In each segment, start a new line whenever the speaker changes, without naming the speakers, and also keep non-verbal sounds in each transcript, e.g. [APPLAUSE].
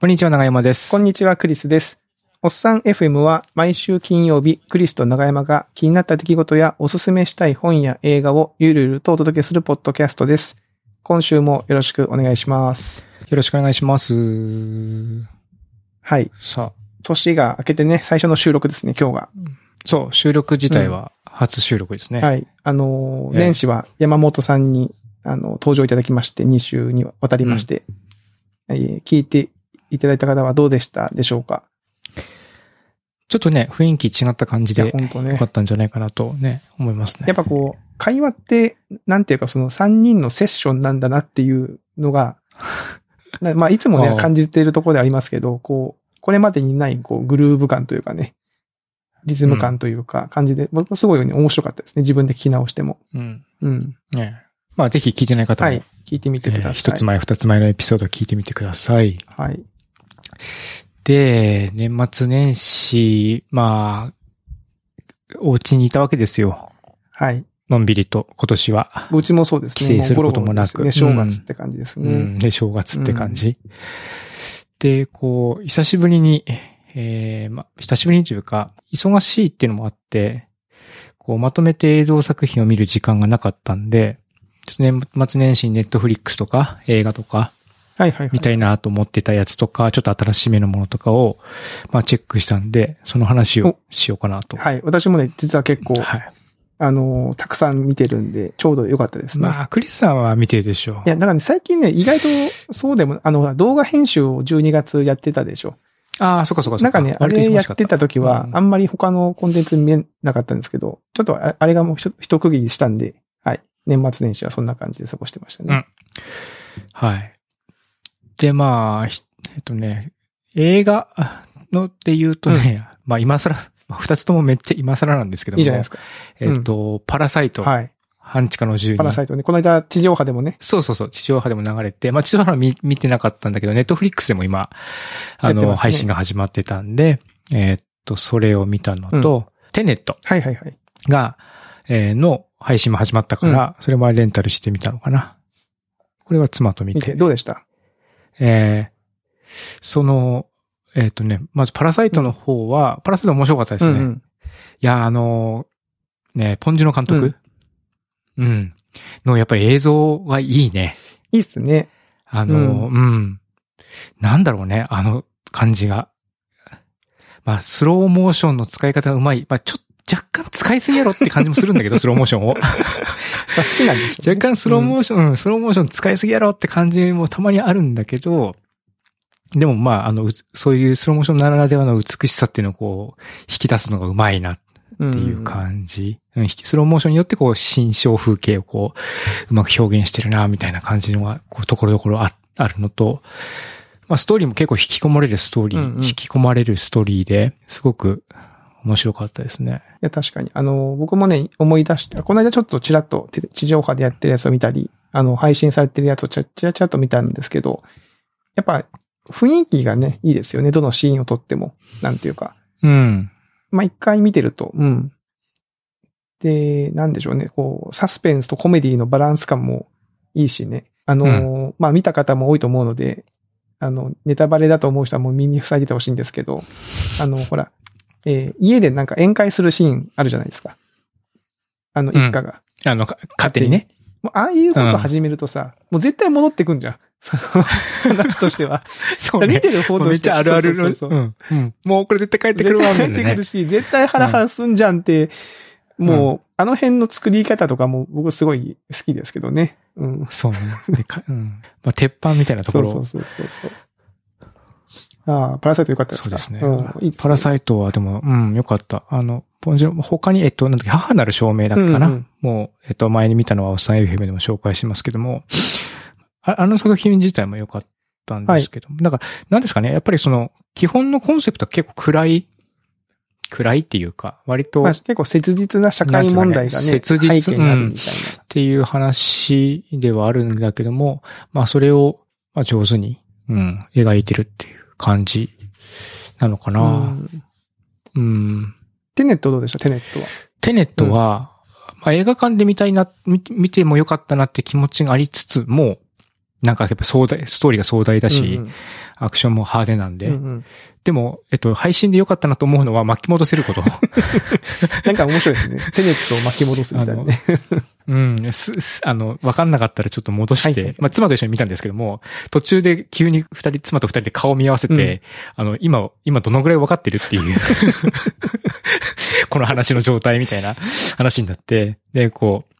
こんにちは、長山です。
こんにちは、クリスです。おっさん FM は毎週金曜日、クリスと長山が気になった出来事やおすすめしたい本や映画をゆるゆるとお届けするポッドキャストです。今週もよろしくお願いします。
よろしくお願いします。
はい。
さあ、
年が明けてね、最初の収録ですね、今日が。
そう、収録自体は初収録ですね。
はい。あの
え
ー、
え
年始は山本さんに、あの、登場いただきまして、2週にわたりまして、えー聞いていただいた方はどうでしたでしょうか
ちょっとね、雰囲気違った感じ
いや
で、
本当ね
よかったんじゃないかなとね、思いますね。
やっぱこう、会話って、なんていうか、その3人のセッションなんだなっていうのが、
[LAUGHS]
なまあ、いつも
ああ
ね、感じているところでありますけど、こう、これまでにない、こう、グルーヴ感というかね、リズム感というか、感じで、僕すごい、ね、面白かったですね。自分で聞き直しても。
うん。
うん。
ねまあ、ぜひ聞いてない方も、
はい。聞いてみて
え
くだ
ー
さい。
一つ前、二つ前のエピソードを聞いてみてください。
はい。
で、年末年始、まあ、お家にいたわけですよ。
はい。
のんびりと、今年は。
うちもそうですね。
帰省することもなく
もうゴロゴロですね、正月って感じです
う
ね。
ん、で、正月って感じ。で、こう、久しぶりに、えー、ま、久しぶりにというか、忙しいっていうのもあって、こう、まとめて映像作品を見る時間がなかったんで、ちょっと年末年始にネットフリックスとか映画とか
はいはいはい。
見たいなと思ってたやつとか、ちょっと新しめのものとかを、まあ、チェックしたんで、その話をしようかなと。
はい。私もね、実は結構、
はい。
あのー、たくさん見てるんで、ちょうど良かったですね。
まあ、クリスさんは見てるでしょ
いや、だから、ね、最近ね、意外とそうでも、あの、ほら動画編集を12月やってたでしょ。
う。ああ、そっかそっかそ
な
っ
んかね、あ
割と
れ
忙
や
しか
ってた時は、
うん
あんまり他のコンテンツ見えなかったんですけど、ちょっとああれがもうひと一区切りしたんで、はい。年末年始はそんな感じで過ごしてましたね。
はい。で、まあ、ひえっとね、映画のって言うとね、まあ今更、まあ二つともめっちゃ今更なんですけども、
いいじゃないですか。
えっと、パラサイト、
はい。
半地下の住人。
パラサイトね、この間地上波でもね、
そうそうそう、地上波でも流れて、まあ地上波は見見てなかったんだけど、ネットフリックスでも今、あ
やって
の、
ますね
配信が始まってたんで、えっと、それを見たのと、テネット
はいはいはい。
が、えーの配信も始まったから、それもレンタルしてみたのかな。これは妻と見
見
て
て、。どうでした
えーその、えっ、とね、まずパラサイトの方は、パラサイト面白かったですね。
うん
い
うん
や、あのー、ね、ポンジュの監督、うん、の、やっぱり映像がいいね。
いいっ
[LAUGHS]
すね。
あのー、うん、なんだろうね、あの感じが。まあ、スローモーションの使い方がうまい。まあ、ちょっと、若干使いすぎやろって感じもするんだけど、スローモーションを。
まあ好きなんでしょうね、
若干スローモーション、うんスローモーション使いすぎやろって感じもたまにあるんだけど、でもまあ、あの、うつそういうスローモーションならではの美しさっていうのをこう、引き出すのがうまいなっ
って
いう感じ。うん引きスローモーションによってこう、心象風景をこう、うまく表現してるな、みたいな感じのが、こう、ところどころああるのと、まあ、ストーリーも結構引き込まれるストーリー、
うんうん
引き込まれるストーリーで、すごく面白かったですね。
いや、確かに。あの、僕もね、思い出して、この間ちょっとちらっとて地上波でやってるやつを見たり、あの、配信されてるやつをちらちらちらっと見たんですけど、やっぱ、雰囲気がね、いいですよね。どのシーンを撮っても。なんていうか。
うん。
まあ、一回見てると、うん。で、なんでしょうね。こう、サスペンスとコメディのバランス感もいいしね。あの、まあ、見た方も多いと思うので、あの、ネタバレだと思う人はもう耳塞いでてほしいんですけど、あの、ほら、えー家でなんか宴会するシーンあるじゃないですか。あの、
うん
一家が。
あの、か勝手にね。
もう、ああいうこと始めるとさ、もう絶対戻ってくんじゃん。その話とし
[LAUGHS]
ては。
そう
見てる方
め
と
っ
し
ち
て
ゃ
は
あるある
そう
の。
そうそうそ
う
う
んうんもうこれ絶対帰ってく
絶
るわ、みたい
対帰っ
な
てく
ね
る。し、絶対ハラハラすんじゃんって、もう、あの辺の作り方とかも僕すごい好きですけどね。うん。
そうね。でかうんまあ、鉄板みたいなとこ
そう
ろ。
そうそうそうそう。ああ、パラサイトよかったです
そう
か
ですね。
うん、いいですね
パラサイトはでも、うん、よかった。あの、ポンジュ他に、えっと、なんだっけ母なる証明だっけかな。
うんうん
もう、えっと、前に見たのはおっさん FM でも紹介しますけども、ああの作品自体も良かったんですけども、なんか、なんですかね、やっぱりその、基本のコンセプトは結構暗い、暗いっていうか、割と、
まあ、結構切実な社会問
なん
題がね、
つうかね切実
背景にあるみたいな。
っていう話ではあるんだけども、まあそれを、まあ上手に、うん、描いてるっていう感じなのか
う
な。
ん
うん。
テネットどうでしたテネットは。
テネットは、まあ映画館で見たいな、見見てもよかったなって気持ちがありつつも、なんかやっぱ壮大、ストーリーが壮大だし、
うんうん
アクションも派手なんで、
うんうん
でも、えっと、配信で良かったなと思うのは巻き戻せること。
なんか面白いですね。テネットを巻き戻すみたいなね。
うん、す、すあの、わかんなかったらちょっと戻して、
はいはいはい
まあ、妻と一緒に見たんですけども、途中で急に二人、妻と二人で顔を見合わせて、あの、今、今どのぐらいわかってるっていう、この話の状態みたいな話になって、で、こう、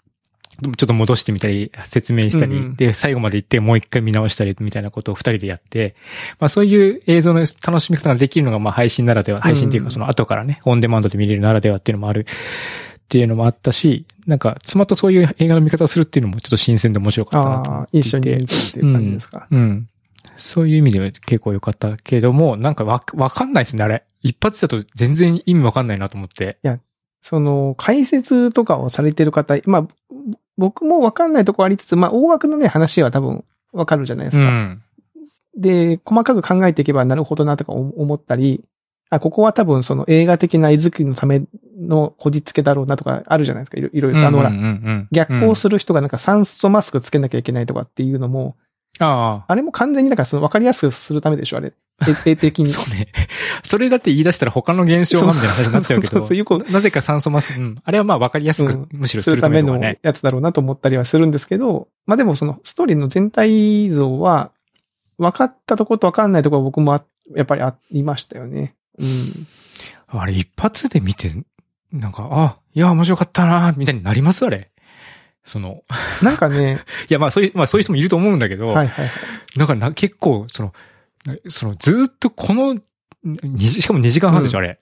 ちょっと戻してみたり、説明したり、
うんうん
で、最後まで行ってもう一回見直したりみたいなことを二人でやって、まあそういう映像の楽しみ方ができるのが、まあ配信ならでは、配信っていう
うん
かその後からね、オンデマンドで見れるならではっていうのもあるっていうのもあったし、なんか妻とそういう映画の見方をするっていうのもちょっと新鮮で面白かったなと思
あ
っ
あ、
てい
一
て。
緒に見てっていう感じですか。
うん。そういう意味では結構良かったけども、なんかわ、わかんないですね、あれ。一発だと全然意味わかんないなと思って。
その、解説とかをされてる方、まあ、ぼ僕もわかんないとこありつつ、まあ、大枠のね、話は多分わかるじゃないです
う
か。
ん。
で、細かく考えていけばなるほどなとか思思ったり、あ、ここは多分その映画的な絵作りのためのこじつけだろうなとかあるじゃないですか。いろいろと。あの、ほ
うん
ら、
うんうん
逆
う
行
ん
する人がなんか酸素マスクつけなきゃいけないとかっていうのも、
あ
あれも完全になんかその分かりやすくするためでしょ、あれ。絵絵 [LAUGHS] 的
あ。
に。
そうね。 [LAUGHS] それだって言い出したら他の現象がみたいな話になっちゃうけ
そうそうそ
ど
うそう、よく
なぜか酸素マスク、うんあれはまあわかりやすく、
うん
むしろす
する
る
た
ため
め
の
の
ね。
やつだろうなと思ったりはするんですけど、まあでもそのストーリーの全体像は、分かったとこと分かんないとこは僕もあやっぱりありましたよね。うん。
あれ一発で見て、なんか、あ、いや、面白かったな、みたいになりますあれ。その、
なん
[LAUGHS]
かね、
いや、まあそういう、まあそういう人もいると思うんだけど、
はいはい。
だからな、結構、その、なその、ずーっとこの、にしかも2時間半でしょ、あれ。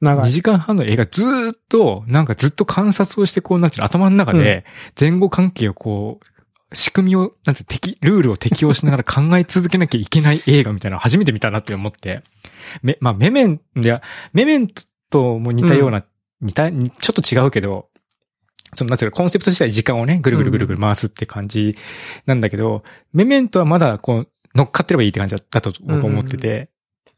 長
2
い。
時間半の映画、ずーっと、なんかずっと観察をして、こう、なんていうの、頭の中で、前後関係をこう、仕組みを、なんていうの適、ルールを適用しながら考え続けなきゃいけない映画みたいなの初めて見たなって思って。め、まあ、メメン、いや、メメンとも似たような、似た、にちょっと違うけど、その、なんていうの、コンセプト自体時間をね、ぐるぐるぐるぐる回すって感じなんだけど、メメントはまだこう、乗っかってればいいって感じだだと僕は思ってて、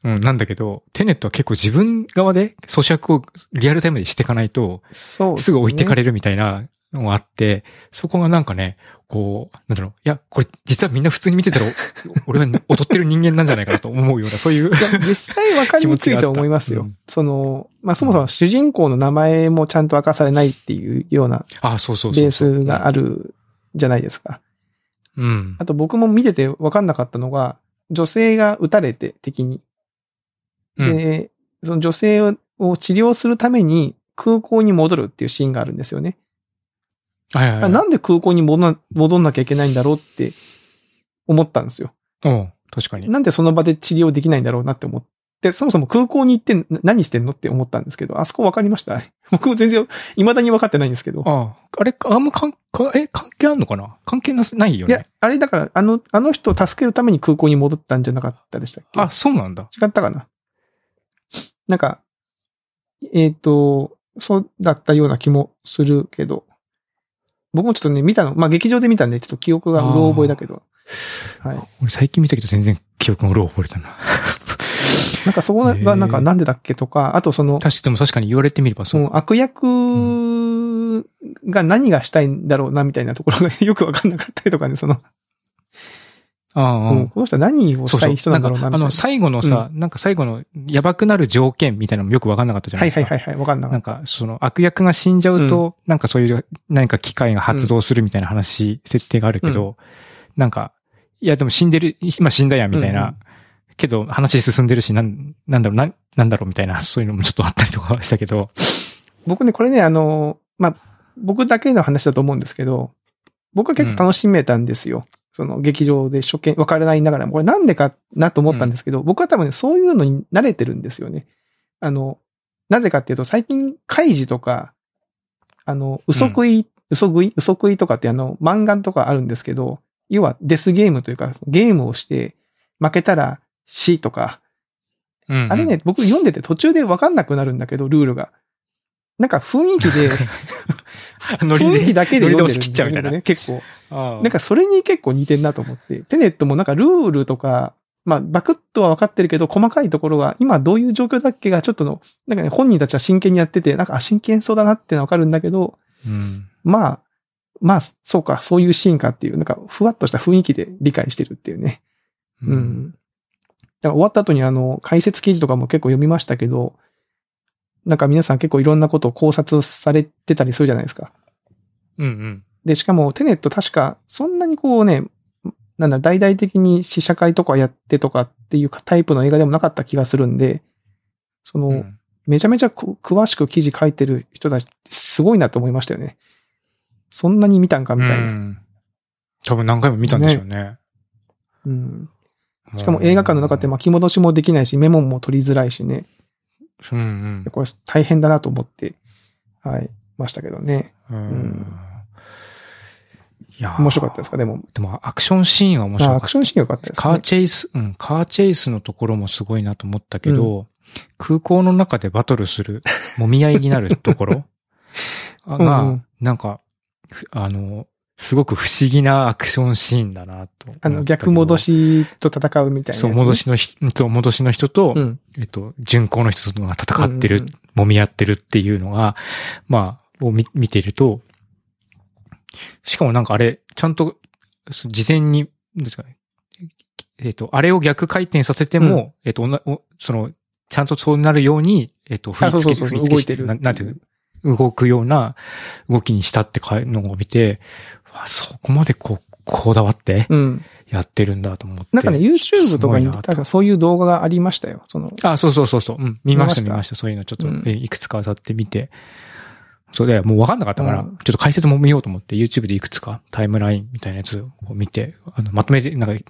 うんなんだけど、テネットは結構自分側で咀嚼をリアルタイムでしていかないと、
そう
すぐ置いてか
れ
れるみたいなのがあって、そこがなんかね、こう、なんだろう、いや、これ実はみんな普通に見てたら、 [LAUGHS] お俺は踊ってる人間なんじゃないかなと思うような、そう
[LAUGHS]
いう。
いや実際分かりにくいと思いますよ。
気持ちがあっ
その、まあ、そもそも主人公の名前もちゃんと明かされないっていうような
あ、そうそうそうそう。
ベースが
あ
あるじゃないですか。
うん
あ。と僕も見てて分かんなかったのが、女性が撃たれて敵に。
うん。
で、その女性を治療するために空港に戻るっていうシーンがあるんですよね。
はいはい、はい。
なんで空港に戻んな戻んなきゃいけないんだろうって思ったんですよ。
うん。確かに。
なんでその場で治療できないんだろうなって思って、そもそも空港に行ってな何してんのって思ったんですけど、あそこ分かりました [LAUGHS] 僕も全然、未だに分かってないんですけど。
ああ、あれ、あんま関か、え、関係あんのかな関係なす、ないよ
い
ね。
や、あれだから、あの、あの人を助けるために空港に戻ったんじゃなかったでしたっけ
あ、そうなんだ。
違ったかななんか、えっ、と、そうだったような気もするけど、僕もちょっとね、見たの、まあ、劇場で見たんで、ちょっと記憶がうろ覚えだけど、はい。
俺最近見たけど全然記憶がうろ覚え
[LAUGHS]
たな。
なんかそこが、なん
へ
か、
ー
なんでだっけとか、あとその、
確かでも確かに言われてみれば
そ
そう。
の悪役が何がしたいんだろうな、みたいなところが [LAUGHS] よくわかんなかったりとかね、その、
ああ、
うんこの人は何を
そう
した
そう
い人なんだろうな、
んか
みた
あ
いな。
の、最後のさ、なんか最後のやばくなる条件みたいなのもよくわかんなかったじゃな
はいい
です
は
か。
いはいはい、わかんなか
な
っ
んか、その悪役が死んじゃうと、なんかそういう、何か機械が発動するみたいな話、設定があるけど、なんか、いやでも死んでる、今死んだやんみたいな、
うんうん
けど話進んでるし、なん、なんだろう、なん、なんだろうみたいな、そういうのもちょっとあったりとかはしたけど、
僕ね、これね、あの、まあ、僕だけの話だと思うんですけど、僕は結構楽しめたんですよ。その劇場で初見、わからないながらも、これなんでかなと思ったんですけど、僕は多分ね、そういうのに慣れてるんですよね。あの、なぜかっていうと、最近、カイジとか、あの、嘘食い、嘘食い、嘘食いとかってあの、漫画とかあるんですけど、要はデスゲームというか、ゲームをして、負けたら死とか、
うんうん
あれね、僕読んでて途中でわかんなくなるんだけど、ルールが。なんか雰囲気で、
[LAUGHS] [LAUGHS] ノリ
雰囲気
で。
だけで読んでるん
ノリで押し切っちゃうみたいな
僕ね、結構。
な
なん、かそれに結構似てんなと思って。テネットもなんかルールとか、まあ、バクッとは分かってるけど、細かいところは、今どういう状況だっけが、ちょっとの、なんかね、本人たちは真剣にやってて、なんか、あ、真剣そうだなってのは分かるんだけど、
うん。
まあ、まあ、そうか、そういうシーンかっていう、なんか、ふわっとした雰囲気で理解してるっていうね。う。ん。だから終わった後にあの、解説記事とかも結構読みましたけど、なんか皆さん結構いろんなことを考察されてたりするじゃないですか。
うんうん。
で、しかもテネット確か、そんなにこうね、なんだ、大々的に試写会とかやってとかっていうタイプの映画でもなかった気がするんで、その、
うん
めちゃめちゃこ詳しく記事書いてる人たちってすごいなと思いましたよね。そんなに見たんかみたいな。
うん多分何回も見たんでしょうね。
うんしかも映画館の中って巻き戻しもできないし、メモも取りづらいしね。
うんうん。
これ大変だなと思って、はい、ましたけどね。
うんいやー
面白かったですか、でも。
でもアクションシーンは面白か
あ
っ
ア
た
ク。ションシーン良かったです
カー
ね。
チェイス、うん、カーチェイスのところもすごいなと思ったけど、空港の中でバトルする、もみ合いになるとこ
[LAUGHS]
ろあが、
うんうん
なんか、ふあの、すごく不思議なアクションシーンだなと思った
あ
けど。
の、逆戻しと戦うみたいなや
そ
つね、
う、戻しのひ、そう、戻しの人と、
うん。
えっと、巡航の人とが戦ってる、
うんうん
揉み合ってるっていうのが、まあ、を見見てると、しかもなんかあれ、ちゃんと、そ事前に、なんですかね、えっと、あれを逆回転させても、
う
えっと、おなおその、ちゃんとそうなるように、えっと、振
あ
り
そ
付
うそう
け、
そう
振り付けして
動いてる
る、ななんていうの動くような動きにしたってかのを見て、わそこまでこう、こだわって
うん。
やってるんだと思って。
なんかね、
す
YouTube とか
ごい
に、
な
確かそういう動画がありましたよ。その、
あ、そうそうそうそう。うん。見ました、
見
見
まし
まし
た
た。そういうのちょっと、
うん
えいくつか当たってみて。そうで、もうわかんなかったから、
うん
ちょっと解説も見ようと思って、YouTube でいくつかタイムラインみたいなやつを見て、あの、まとめて、なんか、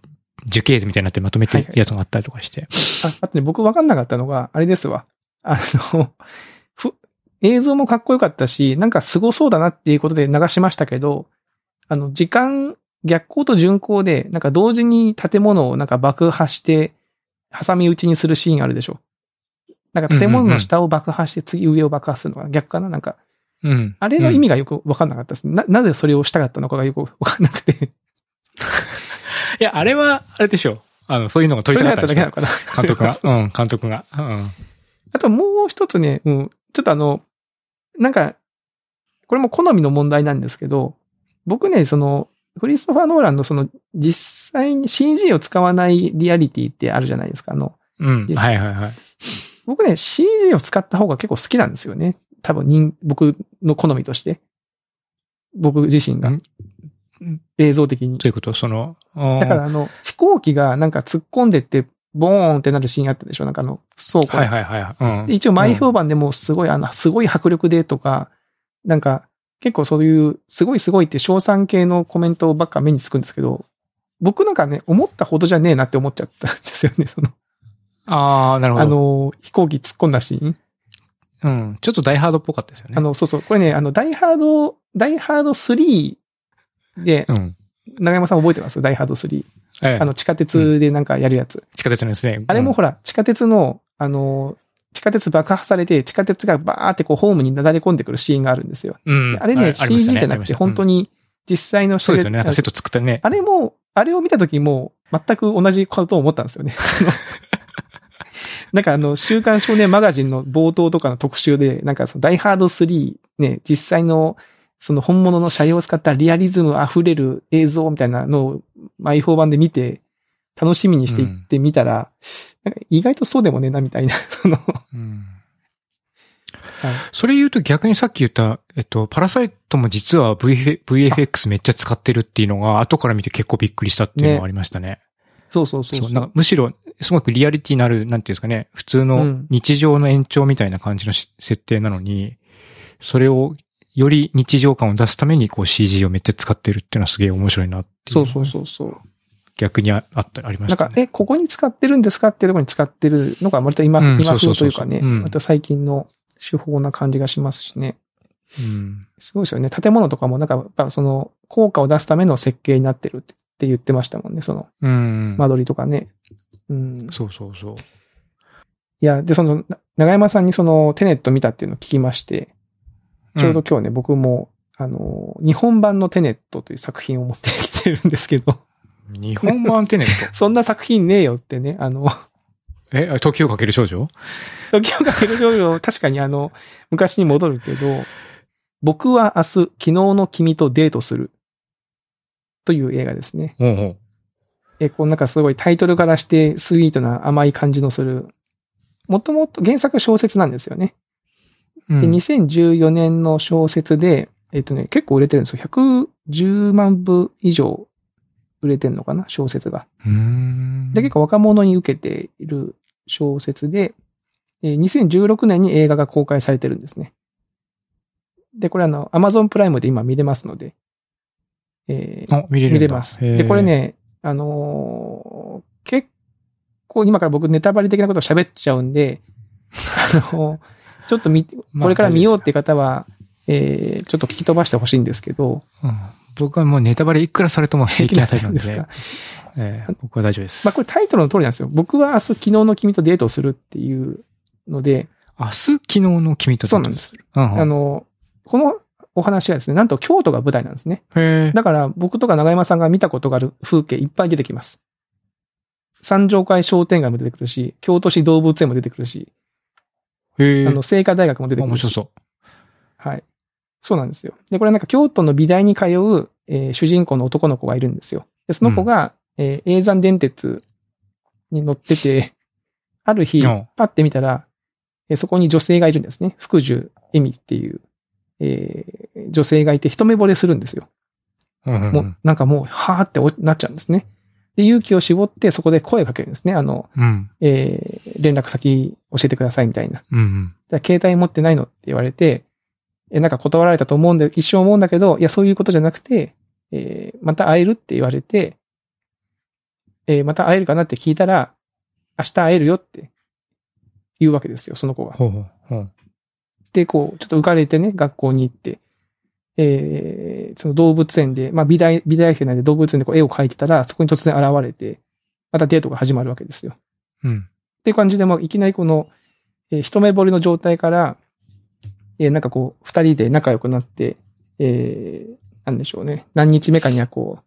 樹形図みたいになってまとめて
はい
る
はい
やつがあったりとかして。
ああとね、僕分かんなかったのが、あれですわ。あの、ふ映像もかっこよかったし、なんか凄そうだなっていうことで流しましたけど、あの、時間、逆光と順光で、なんか同時に建物をなんか爆破して、挟み撃ちにするシーンあるでしょ。なんか建物の下を爆破して、次上を爆破するのかな逆かななんか、
うん。
あれの
うん
意味がよく分かんなかったです。な、なぜそれをしたかったのかがよく分かんなくて。
いや、あれは、あれでしょ。あの、そういうのが撮りたか
[LAUGHS]
ったんで
だ
し
け
ょ
なの。かな
監督が。
[LAUGHS]
うん、監督が。うん。
あともう一つね、うん、ちょっとあの、なんか、これも好みの問題なんですけど、僕ね、その、クリストファー・ノーランのその、実際に CG を使わないリアリティってあるじゃないですか。あの、
うん。
です
はいはいはい。
僕ね、CG を使った方が結構好きなんですよね。多分人、僕の好みとして。僕自身が
ん。
映像的に。
ということ、その、うん
だからあの、飛行機がなんか突っ込んでって、ボーンってなるシーンあったでしょなんかあの、倉庫
はいはいはい。うん。
で一応前評判でもすごい、あの、すごい迫力でとか、なんか、結構そういう、すごいすごいって賞賛系のコメントばっか目につくんですけど、僕なんかね、思ったほどじゃねえなって思っちゃったんですよね、その、
ああ、なるほど。
あの、飛行機突っ込んだシーン。
うん。ちょっとダイハードっぽかったですよね。
あの、そうそう、これね、あの、ダイハード、ダイハード3で
う、ん。
長山さん覚えてますダイハード3。
ええ
あ、の、地下鉄でなんかやるやつ。
地下鉄のですね。
あれ
う
も
ん
ほら、地下鉄の、あの、地下鉄爆破されて、地下鉄がバーってこうホームになだれ込んでくるシーンがあるんですよ。
うん。
あれね、
りました
CG じゃなくて、本当
に。うん
に実際の
そうですよね。なんかセッ
あ
ト作ったね。
れも、あれを見たときも、全く同じことを思ったんですよね。 [LAUGHS] そのなんかあの、週刊少年マガジンの冒頭とかの特集で、なんかそのダイハード3、ね、実際の、その本物の車両を使ったリアリズム溢れる映像みたいなのを、マイフォー版で見て、楽しみにしていってみたら、なんか意外とそうでもねえな、みたいな。その
うん。それ言うと逆にさっき言った、えっと、パラサイトも実は VF VFX めっちゃ使ってるっていうのが、後から見て結構びっくりしたっていうのがありましたね。
そうそうそう
そうなんかむしろ、すごくリアリティのある、なんていうんですかね、普通
う
の
ん
日常の延長みたいな感じのし設定なのに、それをより日常感を出すためにこう CG をめっちゃ使ってるっていうのはすげえ面白いなっていう。
そうそうそうそう。
逆にああった、ありま
な
し
ん
た
か、
ね。
え、ここに使ってるんですかっていうところに使ってるのが割と今、
うん
今
そう
風
そ
と
うそ
いうう
そ
か
う
ね、
うん
割と最近の手法な感じがしますしね。
うん。
すごいですよね。建物とかもなんか、やっぱその、効果を出すための設計になってるってって言ってましたもんね、その、
うん。
間取りとかね。うん。
そうそうそう。
いや、で、その、な長山さんにその、テネット見たっていうのを聞きまして、ちょうど今日ね、僕も、あの、日本版のテネットという作品を持ってきてるんですけど、
うん日本版テネッ
[LAUGHS]
ト。
そんな作品ねえよってね、あの、
え、あ時をかける少女
時をかける少女、確かにあの、昔に戻るけど、僕は明日、昨日の君とデートする。という映画ですね。
ほうほ
え、こうなんかすごいタイトルからしてスイートな甘い感じのする。もともと原作小説なんですよね。
う。うん
で、2014年の小説で、えっとね、結構売れてるんですよ。110万部以上売れてるのかな小説が。
うーん。
で、結構若者に受けている小説で、えー2016年に映画が公開されてるんですね。で、これあの、Amazon プライムで今見れますので、えー
あ、見れるん
見
だ
れます。で、これ、ね、あのー結構今から僕ネタバレ的なことを喋っちゃうんで、あ
[LAUGHS]
のーちょっと見、こ
まあ
れから見ようっていう方は、えーちょっと聞き飛ばしてほしいんですけど、
へーうん僕はもうネタバレいくらされても平気なタイプなんで。
平気なタイプ
えー僕は大丈夫です。
まあこれタイトルの通りなんですよ。僕は明日昨日の君とデートをするっていうので、
明日、昨日の君と。
そうなんですす。
うんうん
あのーこのお話はですね、なんと京都が舞台なんですね。
へえ。
だから僕とか長山さんが見たことがある風景いっぱい出てきます。三条会商店街も出てくるし、京都市動物園も出てくるし、
へえ。
あの、聖火大学も出てく
面
るし。
白そう。
はい。そうなんですよ。で、これはなんか京都の美大に通う、えー主人公の男の子がいるんですよ。で、その子が、えー、永山電鉄に乗ってて、 [LAUGHS] ある日
うん、
パッて見たら、えーそこに女性がいるんですね。福寿恵美っていう、えー女性がいて一目惚れするんですよ。
うんうんうん
もう、なんかもう、はーっておなっちゃうんですね。で、勇気を絞ってそこで声をかけるんですね。あの、
うん。
えー連絡先教えてくださいみたいな。
うんうん。
だから携帯持ってないのって言われて、え、なんか断られたと思うんで、一生思うんだけど、いや、そういうことじゃなくて、えーまた会えるって言われて、えーまた会えるかなって聞いたら、明日会えるよって言うわけですよ、その子が。
ほうほうほう。
で、こう、ちょっと浮かれてね、学校に行って、えーその動物園で、まあ、美大、美大生なんで動物園でこう絵を描いてたら、そこに突然現れて、またデートが始まるわけですよ。
うん。
っていう感じで、まあ、いきなりこの、えー一目惚れの状態から、えーなんかこう、二人で仲良くなって、えーなんでしょうね。何日目かにはこう、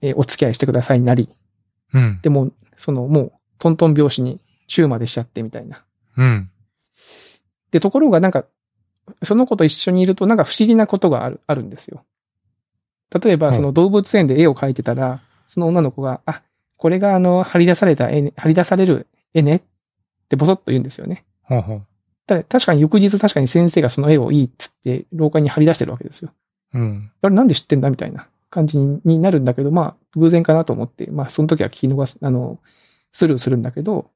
えーお付き合いしてくださいになり、
うん。
でも、その、もう、トントン拍子に、週までしちゃってみたいな。
うん。
で、ところがなんか、その子と一緒にいると、なんか不思議なことがある、あるんですよ。例え
う
ば、
ん
その動物園で絵を描いてたら、その女の子が、あ、これがあの、張り出された絵ね、張り出される絵ねってボソッと言うんですよね。
ほうほう。
ただ、確かに翌日確かに先生がその絵をいいっつって、廊下に張り出してるわけですよ。
うん。
あれなんで知ってんだみたいな感じにになるんだけど、まあ、偶然かなと思って、まあ、その時は聞き逃す、あの、スルーするんだけど、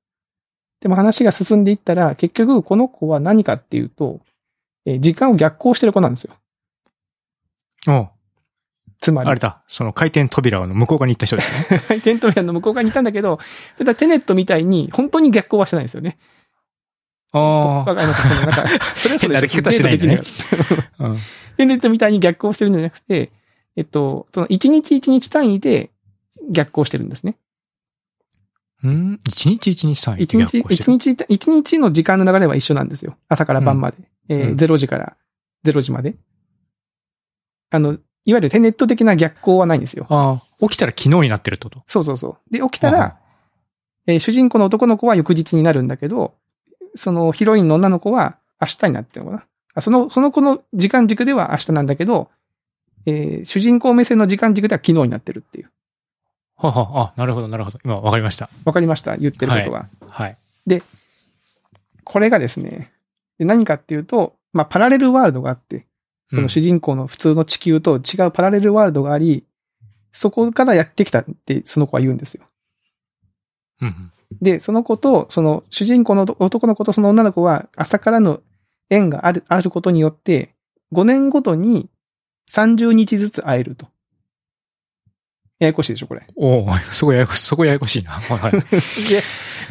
でも話が進んでいったら、結局この子は何かっていうと、えー時間を逆行してる子なんですよ。
おう
つま
あれ
り、
だ。その回転扉の向こう側に行った人ですね。
[LAUGHS] テントウェアの向こう側にいたんだけど、ただテネットみたいに本当に逆行はしてないんですよね。
あ
わかりますそのなんか、
[LAUGHS]
それはそ
変な歩
れで
き方しないんだね
デートできる
あ。うん。
テネットみたいに逆行してるんじゃなくて、えっと、その一日一日単位で逆行してるんですね。
うん一日一日単位
一日、一日、一日の時間の流れは一緒なんですよ。朝から晩まで。えー
うん
0時から0時まで。あの、いわゆるテネット的な逆行はないんですよ。
ああ、起きたら昨日になってるってこと。
そうそうそう。で、起きたら、えー主人公の男の子は翌日になるんだけど、そのヒロインの女の子は明日になってるのかなあその、その子の時間軸では明日なんだけど、えー主人公目線の時間軸では昨日になってるっていう。
ははは、あ、なるほど、なるほど。今、わかりました。
わかりました言ってることが。
はい。
これがですね、で何かっていうと、まあ、パラレルワールドがあって、その主人公の普通の地球と違うパラレルワールドがあり、そこからやってきたってその子は言うんですよ。
うん。
で、その子と、その主人公の男の子とその女の子は朝からの縁がある、あることによって、5年ごとに30日ずつ会えると。ややこしいでしょ、これ。
おお [LAUGHS] そこややこしい、そこややこしいな。はい。 [LAUGHS]
で、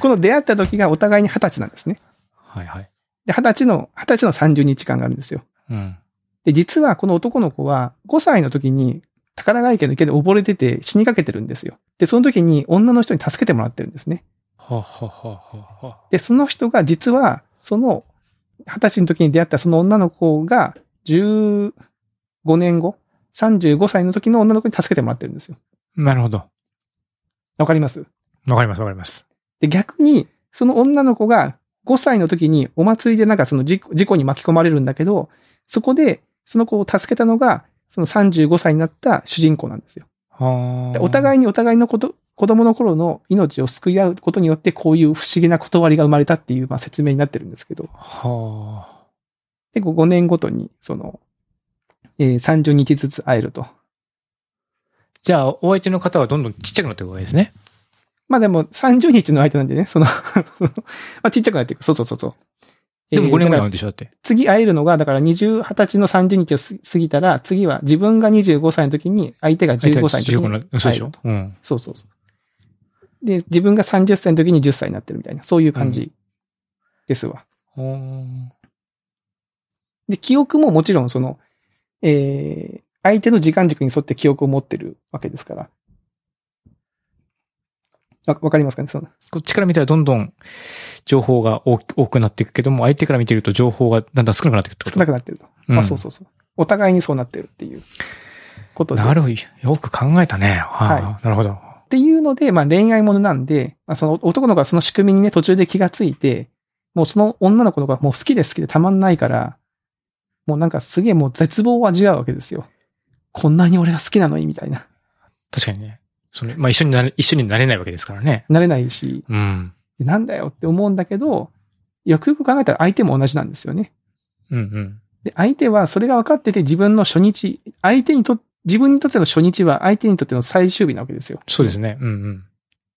この出会った時がお互いに20歳なんですね。
はいはい。
で、20歳の、20歳の30日間があるんですよ。
うん。
で、実はこの男の子は5歳の時に宝ヶ池の池で溺れてて死にかけてるんですよ。で、その時に女の人に助けてもらってるんですね。
ははははは。
で、その人が実は、その20歳の時に出会ったその女の子が15年後、35歳の時の女の子に助けてもらってるんですよ。
なるほど。
わかります
わかります、わかります。
で、逆に、その女の子が5歳の時にお祭りでなんかその事故事故に巻き込まれるんだけど、そこで、その子を助けたのが、その35歳になった主人公なんですよ。
は
でお
い、
互いにお互いのこと、子供の頃の命を救い合うことによって、こういう不思議な断りが生まれたっていう、まあ、説明になってるんですけど、
は
で、こう5年ごとに、その、えー30日ずつ会えると。
じゃあ、お相手の方はどんどんちっちゃくなっていくわけですね。
まあでも、30日の相手なんでね、その [LAUGHS] 、まあちっちゃくなっていく。そうそうそうそう。
でも
えー
5年ぐらい
だ
な
か
んでしょ、だって。
次会えるのが、だから20、20歳の30日をす過ぎたら、次は自分が25歳の時に、相手が15歳の時
15
に。
な、そうでしょ。うん。
そうそうそう。で、自分が30歳の時に10歳になってるみたいな、そういう感じですわ。
ほー
で、記憶ももちろんその、えー、相手の時間軸に沿って記憶を持ってるわけですから。わ、わかりますかねその、
こっちから見たらどんどん情報が多き多くなっていくけども、相手から見てると情報がだんだん少なくなっていくってこ
少
と
なくなってると。
う
まあ
ん
そうそうそう。お互いにそうなってるっていうことで。
なるほど。よく考えたね。はい、
は
なるほど。
っていうので、まあ恋愛ものなんで、まあ、その男の子はその仕組みにね、途中で気がついて、もうその女の子の子がもう好きで好きでたまんないから、もうなんかすげえもう絶望を味わうわけですよ。こんなに俺が好きなのにみたいな。
確かにね。その、まあ、一緒になれ、一緒になれないわけですからね。
なれないし、
うん。
なんだよって思うんだけど、よくよく考えたら相手も同じなんですよね。
うんうん。
で、相手はそれが分かってて自分の初日、相手にと、自分にとっての初日は相手にとっての最終日なわけですよ。
そうですね。うんうん。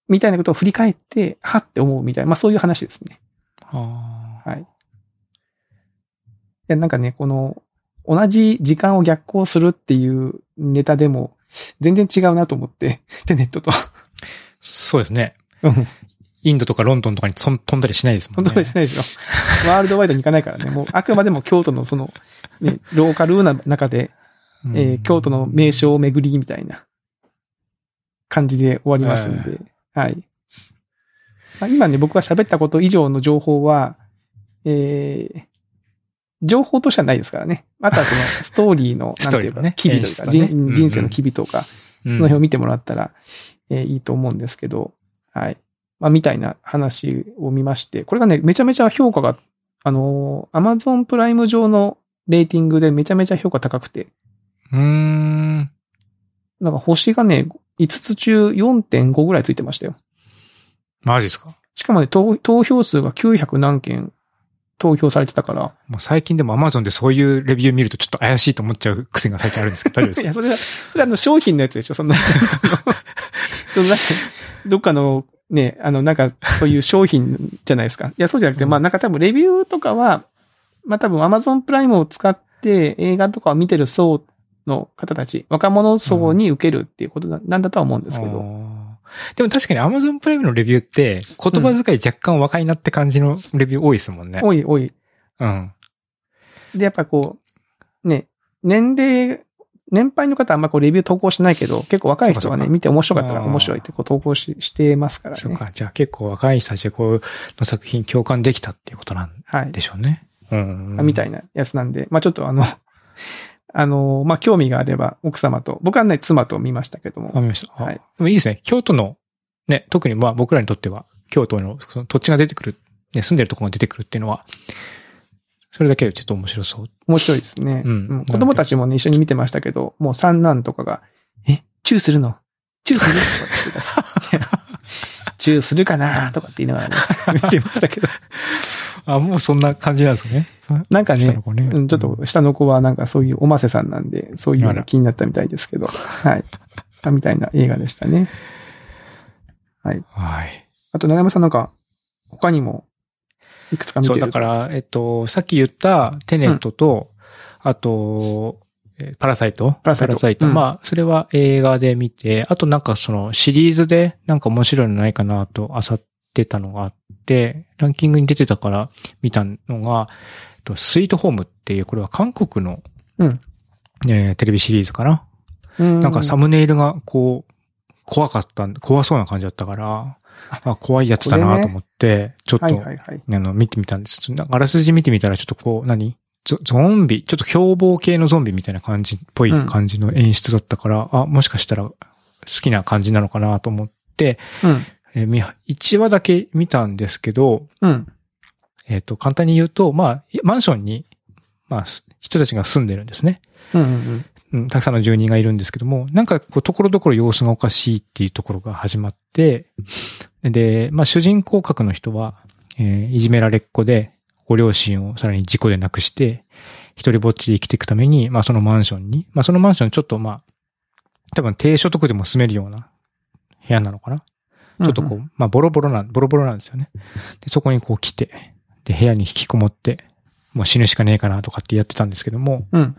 みたいなことを振り返って、はって思うみたいな、まあそういう話ですね。
あ
はい。で、なんかね、この、同じ時間を逆行するっていうネタでも、全然違うなと思って、 [LAUGHS] テネットと。
ーそうですね。
うん
インドとかロンドンとかにそん飛んだりしないですもん
本
ね。
当にしないでしょ。ワールドワイドに行かないからね。もう、あくまでも京都のその、ね、ローカルな中で、
うん
えー京都の名所を巡りみたいな感じで終わりますんで、はい。まあ、今ね、僕が喋ったこと以上の情報は、えー情報としてはないですからね。あとはそ
[LAUGHS]
のストーリーの、
ス
な
ト
ん
ーリ
てい
ーの
うか、
ね
機微というか、
演出とねうんう
人
ん
人生の機微とか、
う
そ
ん
の辺を見てもらったら、えーいいと思うんですけど、はい。まあ、みたいな話を見まして、これがね、めちゃめちゃ評価が、あのー、Amazon プライム上のレーティングでめちゃめちゃ評価高くて、
うーん。
なんか星がね、5つ中4.5ぐらいついてましたよ。
マジですか
しかもね、投投票数が900何件投票されてたから。
もう最近でも Amazon でそういうレビュー見るとちょっと怪しいと思っちゃう癖が最近あるんですけど、大丈夫です
[LAUGHS] い
か
や、それは、それはあの商品のやつでしょ、そんな。 [LAUGHS] そんな、どっかの、ね、あの、なんか、そういう商品じゃないですか。いや、そうじゃなくて、
うん
まあ、なんか多分レビューとかは、まあ多分 Amazon プライムを使って映画とかを見てる層の方たち、若者層に受けるっていうことななんだとは思うんですけど。
あーでも確かに Amazon プライムのレビューって言葉遣い若干若いなって感じのレビュー多いですもんね。
おいおい、
うん。
で、やっぱこう、ね、年齢、年配の方はあんまこうレビュー投稿しないけど、結構若い人は
そうかそう
ね、
か
見て面白かったら
あー
面白いってこう投稿ししてますから
そう
ね。
か。じゃあ結構若い人たちがこうの作品共感できたっていうことなん
はい
で。しょうね。うん。
みたいなやつなんで、まあちょっとあの、 [LAUGHS] あの、まあ興味があれば奥様と、僕はね、妻と見ましたけど
わか
も。
りました。あ
はい
でもいいですね。京都の、ね、特にまあ僕らにとっては、京都のその土地が出てくる、ね、住んでるところが出てくるっていうのは、それだけでちょっと面白そう。
面白いですね。
うん
うん子供たちもね、一緒に見てましたけど、もう三男とかが、え、チューするのチューするとかって言って [LAUGHS] たチューするかなとかって言いながらね、 [LAUGHS] 見てまし
[LAUGHS]
たけど。
あ、もうそんな感じなんです [LAUGHS] ね。
なんかね
下の子ね
うん、ちょっと下の子はなんかそういうおませさんなんで、そういうの気になったみたいですけど、はい。あみたいな映画でしたね。
はい。
あと、長山さんなんか、他にも、いくつか見て
そう、
る
だから、えっと、さっき言ったテネットと、あと、えーパラサイト
パラサイトうん
まあ、それは映画で見て、あとなんかそのシリーズでなんか面白いのないかなと漁ってたのがあって、ランキングに出てたから見たのが、えっとスイートホームっていう、これは韓国の、
うん
えーテレビシリーズかな。
うん、
なんかサムネイルがこう、怖かったん、怖そうな感じだったから、あ、怖いやつだなと思って、ちょっと、
はいはいはい。
あの、見てみたんです。ちょっとなんかあらすじ見てみたら、ちょっとこう、何ゾゾンビ、ちょっと凶暴系のゾンビみたいな感じっぽい
うん
感じの演出だったから、あ、もしかしたら好きな感じなのかなと思って、
うん。
えーみ1話だけ見たんですけど、
うん。
えっ、と、簡単に言うと、まあ、マンションに、まあ、す人たちが住んでるんですね。
うんうん
うん、たくさんの住人がいるんですけども、なんかこう、ところどころ様子がおかしいっていうところが始まって、で、まあ、主人公格の人は、えーいじめられっ子で、ご両親をさらに事故で亡くして、一人ぼっちで生きていくために、まあ、そのマンションに、まあ、そのマンションちょっとまあ、多分低所得でも住めるような部屋なのかな。
うん。
ちょっとこう、まあ、ボロボロな、ボロボロなんですよね。で、そこにこう来て、で、部屋に引きこもって、もう死ぬしかねえかなとかってやってたんですけども、
うん。うん。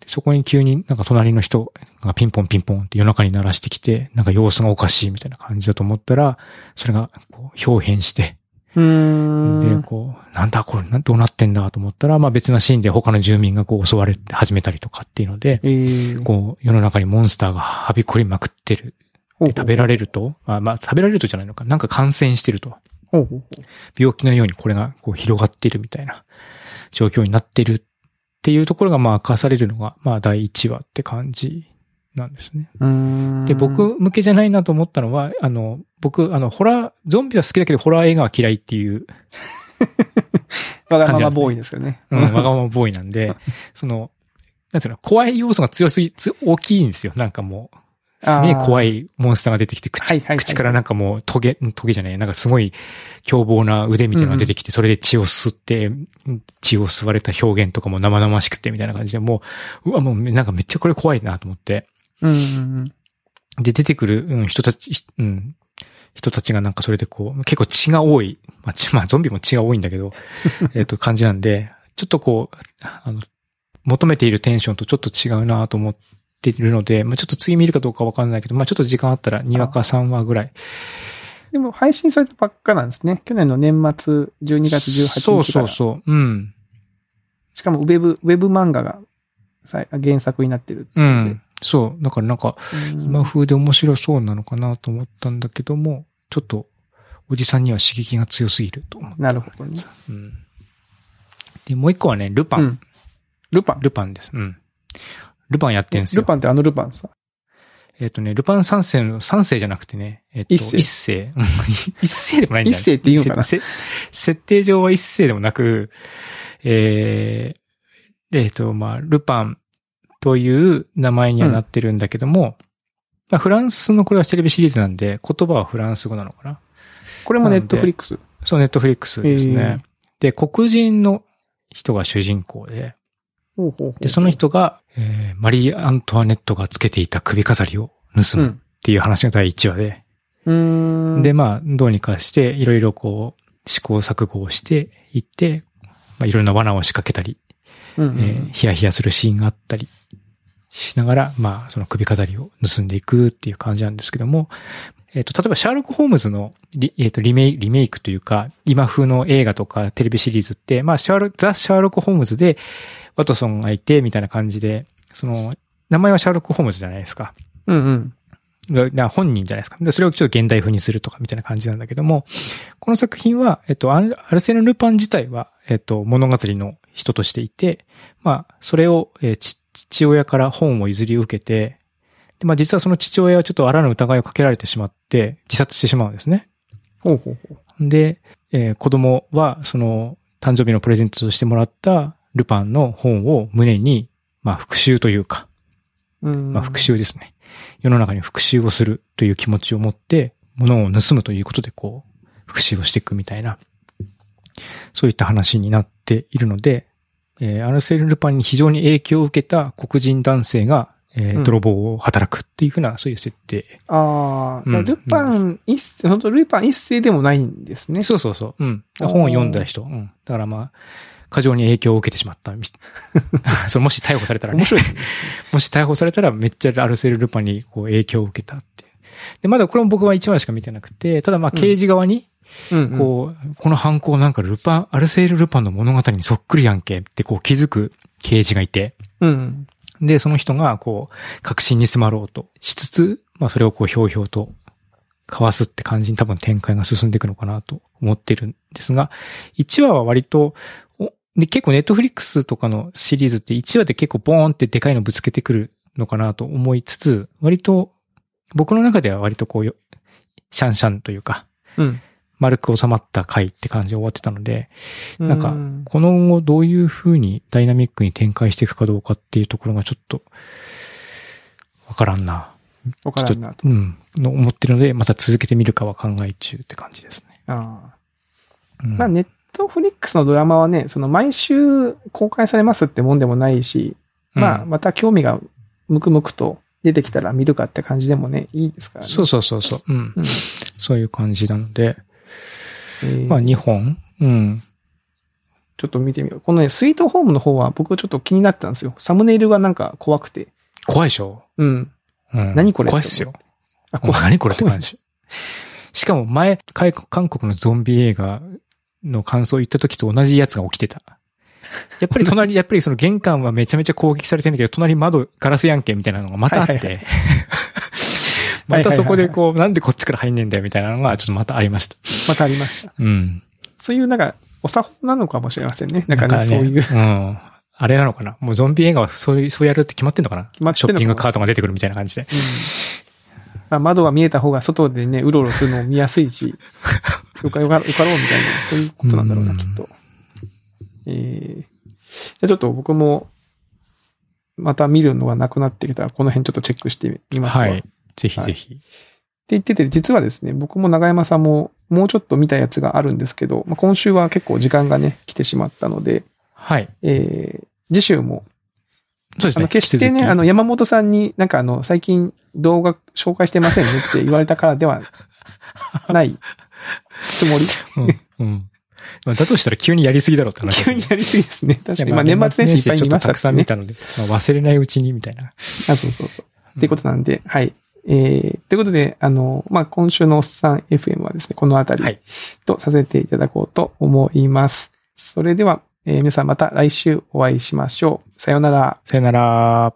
でそこに急になんか隣の人がピンポンピンポンって夜中に鳴らしてきて、なんか様子がおかしいみたいな感じだと思ったら、それがこう、表変して、
うー
で、
ん。
こう、なんだこれ、などうなってんだと思ったら、まあ別なシーンで他の住民がこう襲われて始めたりとかっていうので、
えー
こう、世の中にモンスターがはびこりまくってる。
ほうほう
で食べられると、まあまあ食べられるとじゃないのか、なんか感染してると。
ほうほう
病気のようにこれがこう広がっているみたいな状況になってるっていうところがまあ明かされるのがまあ第1話って感じなんですね。
うーん
で、、僕向けじゃないなと思ったのは、あの、僕、あの、ホラー、ゾンビは好きだけどホラー映画は嫌いっていう、
わが
感
ま
じな
ま
んですね
ボーイですよね。
うん、わがままボーイなん
[LAUGHS]
で、その、なんつうの、怖い要素が強すぎ、つ大きいんですよ。なんかもう、すげえ怖いモンスターが出てきて、口
はいはいはい
口からなんかもう、トゲ、んトゲじゃない、なんかすごい凶暴な腕みたいなのが出てきて、それで血を吸って、ん血を吸われた表現とかも生々しくてみたいな感じで、もう、うわ、もうなんかめっちゃこれ怖いなと思って。
うんうん
で、出てくる、うん、人たち、うん、人たちがなんかそれでこう、結構血が多い。まあ、血、 [LAUGHS] まあ、ゾンビも血が多いんだけ [LAUGHS] ど、えっと、感じなんで、ちょっとこう、あの、求めているテンションとちょっと違うなと思っているので、まあ、ちょっと次見るかどうかわかんないけど、まあ、ちょっと時間あったら2話か3話ぐらい。
うん。でも配信されたばっかなんですね。去年の年末12月18日から。
そうそうそう。うん。
しかもウェブ、ウェブ漫画がさ原作になってるって
う
いので
ん。そう。だからなんか、
うん
今風で面白そうなのかなと思ったんだけども、ちょっと、おじさんには刺激が強すぎると思って
なるほどね。
うん。で、もう一個はね、ルパン。
うんルパン。
ルパンです。うん。ルパンやってるんですよ。
ルパンってあのルパンさ。
えっ、とね、ルパン三世の、三世じゃなくてね、えっ、と、
一世
一世。 [LAUGHS] うん一世でもないんだよね
一世って言うのか
[LAUGHS]
な
せ設定上は一世でもなく、えー、えっ、と、まあ、ルパンという名前にはなってるんだけども、まあ、フランスのこれはテレビシリーズなんで、言葉はフランス語なのかな
これもネットフリックス。
そう、ネットフリックスです
へ
ね。で、黒人の人が主人公で、
ほうほうほう
で、その。人が、えーマリー・アントワネットがつけていた首飾りを盗
う
むっ
ん。
ていう話が第1話で、
うーん。
で、、まあ、どうにかして、いろいろこう、試行錯誤をしていって、まあ、いろんな罠を仕掛けたり、
うんう
え
ん
ーヒヤヒヤするシーンがあったりしながら、まあ、その首飾りを盗んでいくっていう感じなんですけども、えっ、と、例えば、シャーロック・ホームズのリ,、えー、とリメイリメイクというか、今風の映画とかテレビシリーズって、まあ、シャーロックザ・シャーロック・ホームズで、ワトソンがいて、みたいな感じで、その、名前はシャーロック・ホームズじゃないですか。
うんうん。
がな本人じゃないですか。で、それをちょっと現代風にするとかみたいな感じなんだけども、この作品は、えっと、アルアルセーヌ・ルパン自体は、えっと、物語の人としていて、まあ、それを、えーち父親から本を譲り受けて、で、まあ実はその父親はちょっとあらぬ疑いをかけられてしまって、自殺してしまうんですね。
ほうほうほ
で、えー子供は、その、誕生日のプレゼントとしてもらったルパンの本を胸に、まあ復讐というか、
う。うん。
まあ、復。讐ですね。世の中に復讐をするという気持ちを持って、物を盗むということで、こう、復讐をしていくみたいな、そういった話になっているので、えーアルセール・ルパンに非常に影響を受けた黒人男性が、えー
うん
泥棒を働くっていうふうな、そういう設定。
あ
う
あ、
ん
ルパン一世、本当ルパン一世でもないんですね。
そうそうそう。うん。
おー
本を読んだ人。うん。だからまあ、過剰に影響を受けてしまった。み [LAUGHS] それもし逮捕されたらね
面。白いですね。
[LAUGHS] もし逮捕されたらめっちゃアルセル・ルパンにこう影響を受けたっていう。で、まだこれも僕は1話しか見てなくて、ただまあ
うん
刑事側に、
うんうん。
こう、この犯行なんかルパン、アルセール・ルパンの物語にそっくりやんけってこう気づく刑事がいて、
うん。
で、その人がこう、確信に迫ろうとしつつ、まあそれをこうひょうひょうとかわすって感じに多分展開が進んでいくのかなと思ってるんですが、1話は割と、おで結構ネットフリックスとかのシリーズって1話で結構ボーンってでかいのぶつけてくるのかなと思いつつ、割と、僕の中では割とこうよ、シャンシャンというか、
うん。
丸く収まった回って感じで終わってたので、
うん
なんかこの後どういう風にダイナミックに展開していくかどうかっていうところがちょっと、わからんな。ちょ
わか
っ
ら
と
んなと。、
うん、の思ってるので、また続けてみるかは考え中って感じですね。
あ
うん
ーまあ、ネットフリックスのドラマはね、その毎週公開されますってもんでもないし、まあ、
うん
また興味がムクムクと出てきたら見るかって感じでもね、いいですからね。
そうそうそうそう。うん。
うん。
そういう感じなので、
えー
まあ2本。うん。
ちょっと見てみよう。このね、スイートホームの方は僕ちょっと気になってたんですよ。サムネイルがなんか怖くて。
怖いでしょ
うん。
うん。
何これ
怖いっすよ。
あ、
うん
怖い。
何これって
[LAUGHS]
感じ。しかも前、韓国韓国のゾンビ映画の感想を言った時と同じやつが起きてた。やっぱり
[LAUGHS]
隣、やっぱりその玄関はめちゃめちゃ攻撃されてんだけど、隣窓ガラスやんけみたいなの [LAUGHS] がまたあって。
はいはい
またそこでこう、なんでこっちから入んねえんだよみたいなのがちょっとまたありました。
またありました。
うん。
そういうなんか、お作法なのかもしれませんね。なんか
だから
ね、そういう。
ん。あれなのかなもうゾンビ映画はそういう、そうやるって決まってんのかな
決まって
ショッ
んのかな
ピングカートが出てくるみたいな感じで。
うんまあ、窓が見えた方が外でね、うろうろするのも見やす
[LAUGHS]
いし、よかよかよかろうみたいな、そういうことなんだろう
う
な、
ん
きっと。えー、じゃあちょっと僕も、また見るのがなくなってきたら、この辺ちょっとチェックしてみますわ。
は
っ
い
て。
ぜひぜひ。
言ってて、実はですね、僕も長山さんも、もうちょっと見たやつがあるんですけど、まあ、今週は結構時間がね、来てしまったので、
はい。え
えー、次週も
そうです
あ
ね。
の、決して
引き続
ね、
き
あの、山本さんになんかあの、最近動画紹介してませんねって言われたからではないつ
[LAUGHS]
もり。
うんうん。まあだとしたら急にやりすぎだろうって話です
急
ね。
にやりすぎですね。確かに。
い
まあ
や
年末年始いっぱい
ちょ
見
っと
ました
た
ね。
くさん見たので、まあ忘れないうちにみたいな。
あ、そうそうそう。ってことなんで、はい。えー、ということで、あの、まあ、今週のおっさん FM はですね、このあた
は
り
い
とさせていただこうと思います。それでは、えー皆さんまた来週お会いしましょう。さようなら。
さよなら。